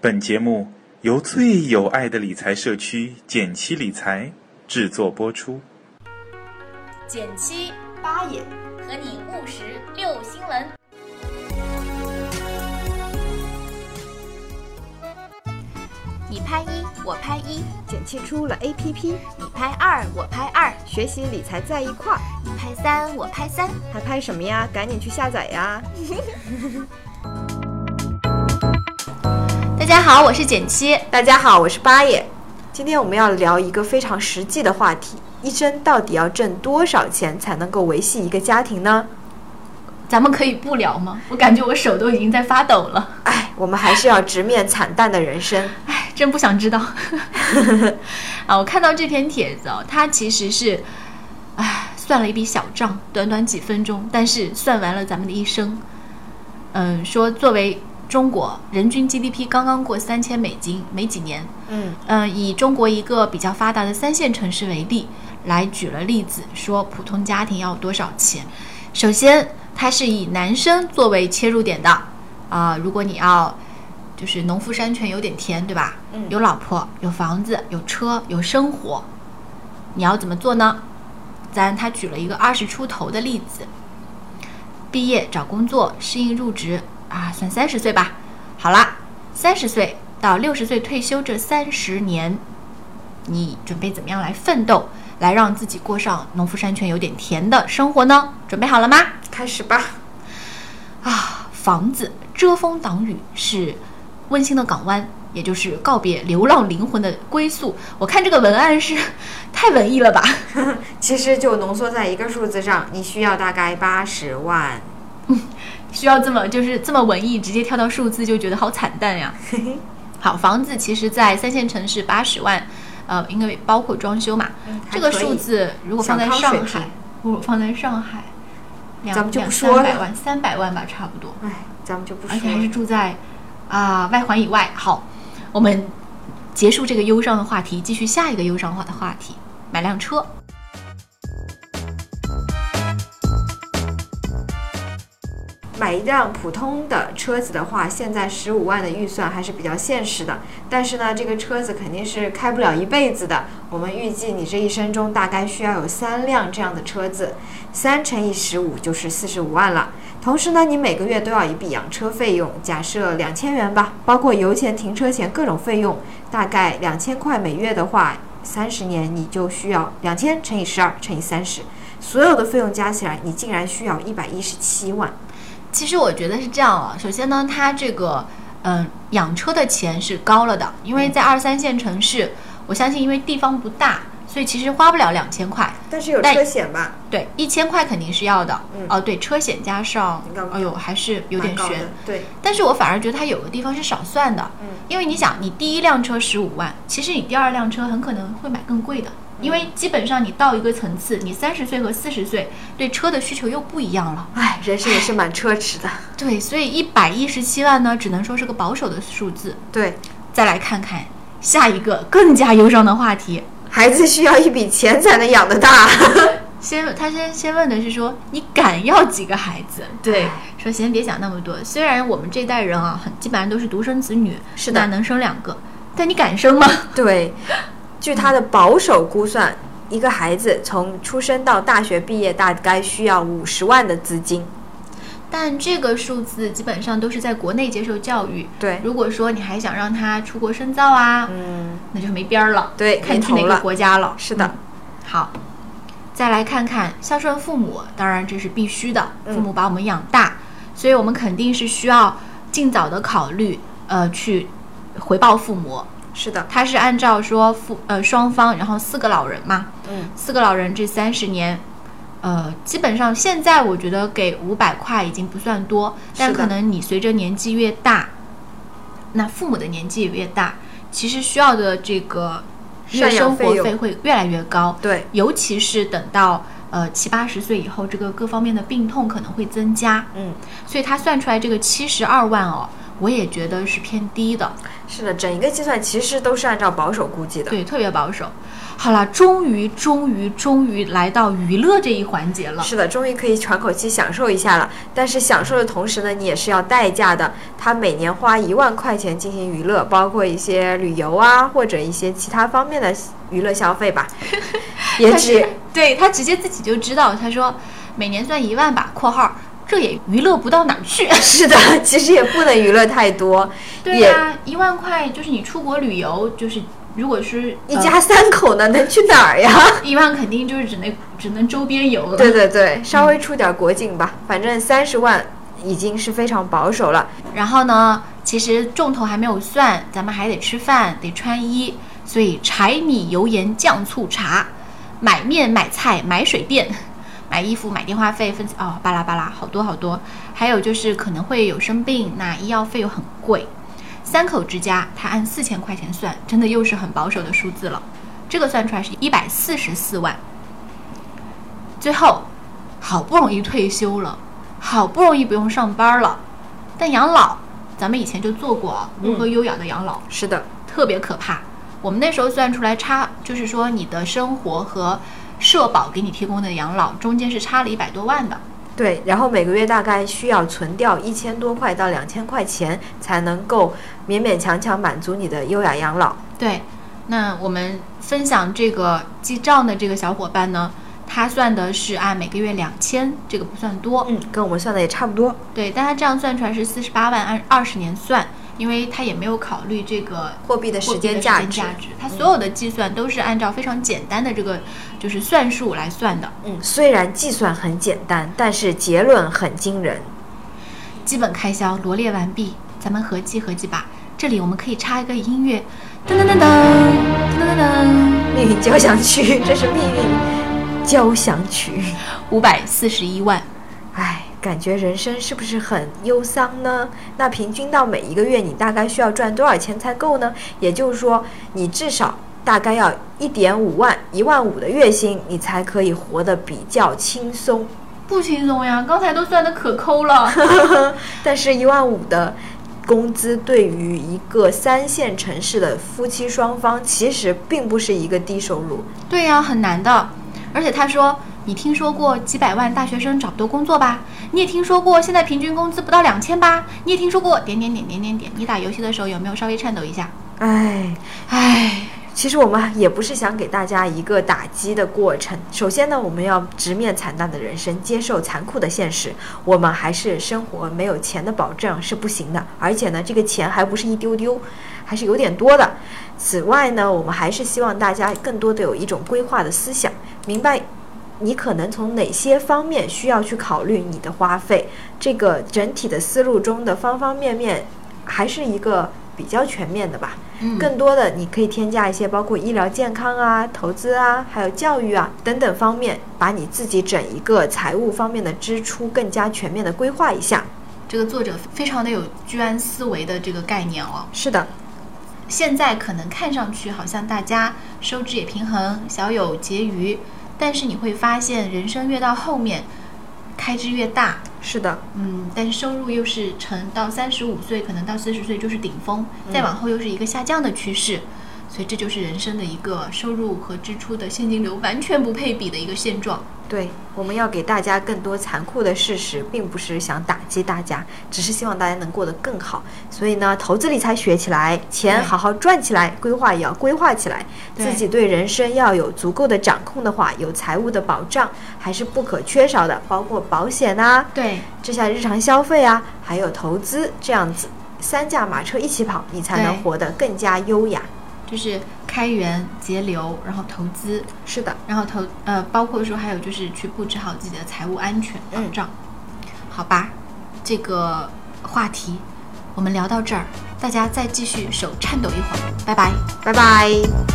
本节目由最有爱的理财社区“简七理财”制作播出。减七八也，和你务实六新闻。你拍一，我拍一；简七出了 APP，你拍二，我拍二；学习理财在一块儿，你拍三，我拍三。还拍什么呀？赶紧去下载呀！大家好，我是减七。大家好，我是八爷，今天我们要聊一个非常实际的话题：一生到底要挣多少钱才能够维系一个家庭呢？咱们可以不聊吗？我感觉我手都已经在发抖了，哎，我们还是要直面惨淡的人生。哎，真不想知道。啊，我看到这篇帖子哦，它其实是，哎，算了一笔小账，短短几分钟，但是算完了咱们的一生。嗯，说作为中国人均 GDP 刚刚过三千美金，没几年，嗯，嗯，以中国一个比较发达的三线城市为例，来举了例子，说普通家庭要多少钱。首先，它是以男生作为切入点的，啊、如果你要就是农夫山泉有点甜，对吧？嗯有老婆，有房子，有车，有生活，你要怎么做呢？咱他举了一个二十出头的例子，毕业找工作，适应入职啊，算三十岁吧。好啦，三十岁到六十岁退休这三十年，你准备怎么样来奋斗，来让自己过上农夫山泉有点甜的生活呢？准备好了吗？开始吧。啊，房子遮风挡雨是温馨的港湾，也就是告别流浪灵魂的归宿。我看这个文案是太文艺了吧？其实就浓缩在一个数字上，你需要大概八十万。需要这么就是这么文艺，直接跳到数字就觉得好惨淡 呀。好，房子其实，在三线城市八十万，呃，因为包括装修嘛，嗯嗯这个数字如果放在小康水上平海，如果放在上海，两咱们就不两说三百了万，三百万吧，差不多。哎，咱们就不说而且还是了。住在啊、外环以外。好，我们结束这个忧伤的话题，继续下一个忧伤话的话题，买辆车。买一辆普通的车子的话，现在十五万的预算还是比较现实的。但是呢，这个车子肯定是开不了一辈子的。我们预计你这一生中大概需要有三辆这样的车子，三乘以十五就是四十五万了。同时呢，你每个月都要一笔养车费用，假设两千元吧，包括油钱、停车钱各种费用，大概两千块每月的话，三十年你就需要两千乘以十二乘以三十，所有的费用加起来，你竟然需要一百一十七万。其实我觉得是这样啊，首先呢，它这个嗯、养车的钱是高了的，因嗯为在二三线城市，我相信因为地方不大，所以其实花不了两千块。但是有但车险吧？对，一千块肯定是要的。嗯哦，对，车险加上你刚，哎呦，还是有蛮点高的悬。对，但是我反而觉得它有个地方是少算的，嗯因为你想，你第一辆车十五万，其实你第二辆车很可能会买更贵的，嗯因为基本上你到一个层次，你三十岁和四十岁对车的需求又不一样了。哎，人生也是蛮奢侈的。对，所以一百一十七万呢，只能说是个保守的数字。对，再来看看下一个更加忧伤的话题，孩子需要一笔钱才能养得大。先他先先问的是说你敢要几个孩子？对唉，说先别想那么多。虽然我们这代人啊，很基本上都是独生子女，是的那能生两个，但你敢生吗？ 对，据他的保守估算，一个孩子从出生到大学毕业，大概需要五十万的资金。但这个数字基本上都是在国内接受教育。对，如果说你还想让他出国深造啊，嗯，那就没边儿了，对看没你去哪头个了国家了。是的嗯好，再来看看孝顺父母，当然这是必须的，嗯父母把我们养大，所以我们肯定是需要尽早的考虑，呃，去回报父母。是的，他是按照说父呃双方，然后四个老人嘛，嗯，四个老人这三十年，呃，基本上现在我觉得给五百块已经不算多，但是的可能你随着年纪越大，那父母的年纪也越大，其实需要的这个月赡生养费活用费会越来越高，对，尤其是等到呃七八十岁以后，这个各方面的病痛可能会增加，嗯，所以他算出来这个七十二万哦，我也觉得是偏低的，是的，整一个计算其实都是按照保守估计的。对，特别保守。好了，终于，终于，终于来到娱乐这一环节了。是的，终于可以喘口气享受一下了。但是享受的同时呢，你也是要代价的。他每年花一万块钱进行娱乐，包括一些旅游啊，或者一些其他方面的娱乐消费吧。也他只是对他直接自己就知道，他说每年算一万吧（括号这也娱乐不到哪 儿去是的，其实也不能娱乐太多。）。对呀、一万块就是你出国旅游，就是如果是呃一家三口呢，能去哪儿呀？ 一万，肯定就是只能只能周边游了。对对对，稍微出点国境吧，反正三十万已经是非常保守了。然后呢，其实重头还没有算，咱们还得吃饭，得穿衣，所以柴米油盐酱醋茶，买面买菜买水电， 买衣服买电话费分哦巴拉巴拉好多好多，还有就是可能会有生病，那医药费又很贵。三口之家，他按四千块钱算，真的又是很保守的数字了。这个算出来是一百四十四万。最后，好不容易退休了，好不容易不用上班了，但养老，咱们以前就做过啊如何优雅的养老，是的，特别可怕。我们那时候算出来差，就是说你的生活和社保给你提供的养老中间是差了一百多万的。对，然后每个月大概需要存掉一千多块到两千块钱，才能够勉勉强强满足你的优雅养老。对，那我们分享这个记账的这个小伙伴呢，他算的是按每个月两千，这个不算多。嗯，跟我们算的也差不多。对，但他这样算出来是四十八万，按二十年算，因为他也没有考虑这个货币的货时币间的时价间值价，值，他所有的计算都是按照非常简单的这个就是算术来算的。嗯，虽然计算很简单，但是结论很惊人。 基本开销罗列完毕，咱们合计合计吧。这里我们可以插一个音乐，噔噔噔噔噔噔噔，命运交响曲，这是命运交响曲。五百四十一万。唉，感觉人生是不是很忧伤呢？那平均到每一个月，你大概需要赚多少钱才够呢？也就是说，你至少大概要一点五万、一万五的月薪，你才可以活得比较轻松。 不轻松呀，刚才都算的可抠了。但是，一万五的工资对于一个三线城市的夫妻双方，其实并不是一个低收入。 对呀、很难的。而且他说，你听说过几百万大学生找不到工作吧？你也听说过现在平均工资不到两千吧？你也听说过点点点点点点？你打游戏的时候有没有稍微颤抖一下？唉，唉，其实我们也不是想给大家一个打击的过程。首先呢，我们要直面惨淡的人生，接受残酷的现实。我们还是生活没有钱的保证是不行的，而且呢，这个钱还不是一丢丢，还是有点多的。此外呢，我们还是希望大家更多的有一种规划的思想，明白你可能从哪些方面需要去考虑你的花费。这个整体的思路中的方方面面，还是一个比较全面的吧。嗯更多的你可以添加一些包括医疗健康啊、投资啊、还有教育啊等等方面，把你自己整一个财务方面的支出更加全面的规划一下。这个作者非常的有居安思危的这个概念哦。是的，现在可能看上去好像大家收支也平衡，小有结余，但是你会发现，人生越到后面，开支越大，是的，嗯，但是收入又是呈到三十五岁，可能到四十岁就是顶峰，再嗯往后又是一个下降的趋势，所以这就是人生的一个收入和支出的现金流完全不配比的一个现状。对，我们要给大家更多残酷的事实，并不是想打击大家，只是希望大家能过得更好。所以呢，投资理财学起来，钱对好好赚起来，规划也要规划起来，对自己对人生要有足够的掌控的话，有财务的保障还是不可缺少的，包括保险啊，对，这下日常消费啊，还有投资这样子，三驾马车一起跑，你才能对活得更加优雅。就是开源节流，然后投资，是的，然后投呃，包括说还有就是去布置好自己的财务安全保嗯障，好吧？这个话题我们聊到这儿，大家再继续手颤抖一会儿，拜拜。拜拜。